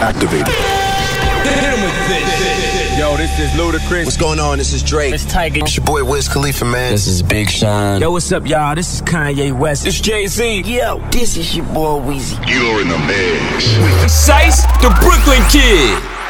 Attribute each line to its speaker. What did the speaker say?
Speaker 1: activated.
Speaker 2: Hit him with this. Yo, this is ludicrous.
Speaker 3: What's going on? This is Drake.
Speaker 4: It's Tiger.
Speaker 3: It's your boy Wiz Khalifa, man.
Speaker 5: This is Big Sean.
Speaker 6: Yo, what's up, y'all? This is Kanye West.
Speaker 2: It's Jay Z.
Speaker 7: Yo, this is your boy Weezy.
Speaker 8: You're in the mix.
Speaker 2: Sice, the Brooklyn Kid.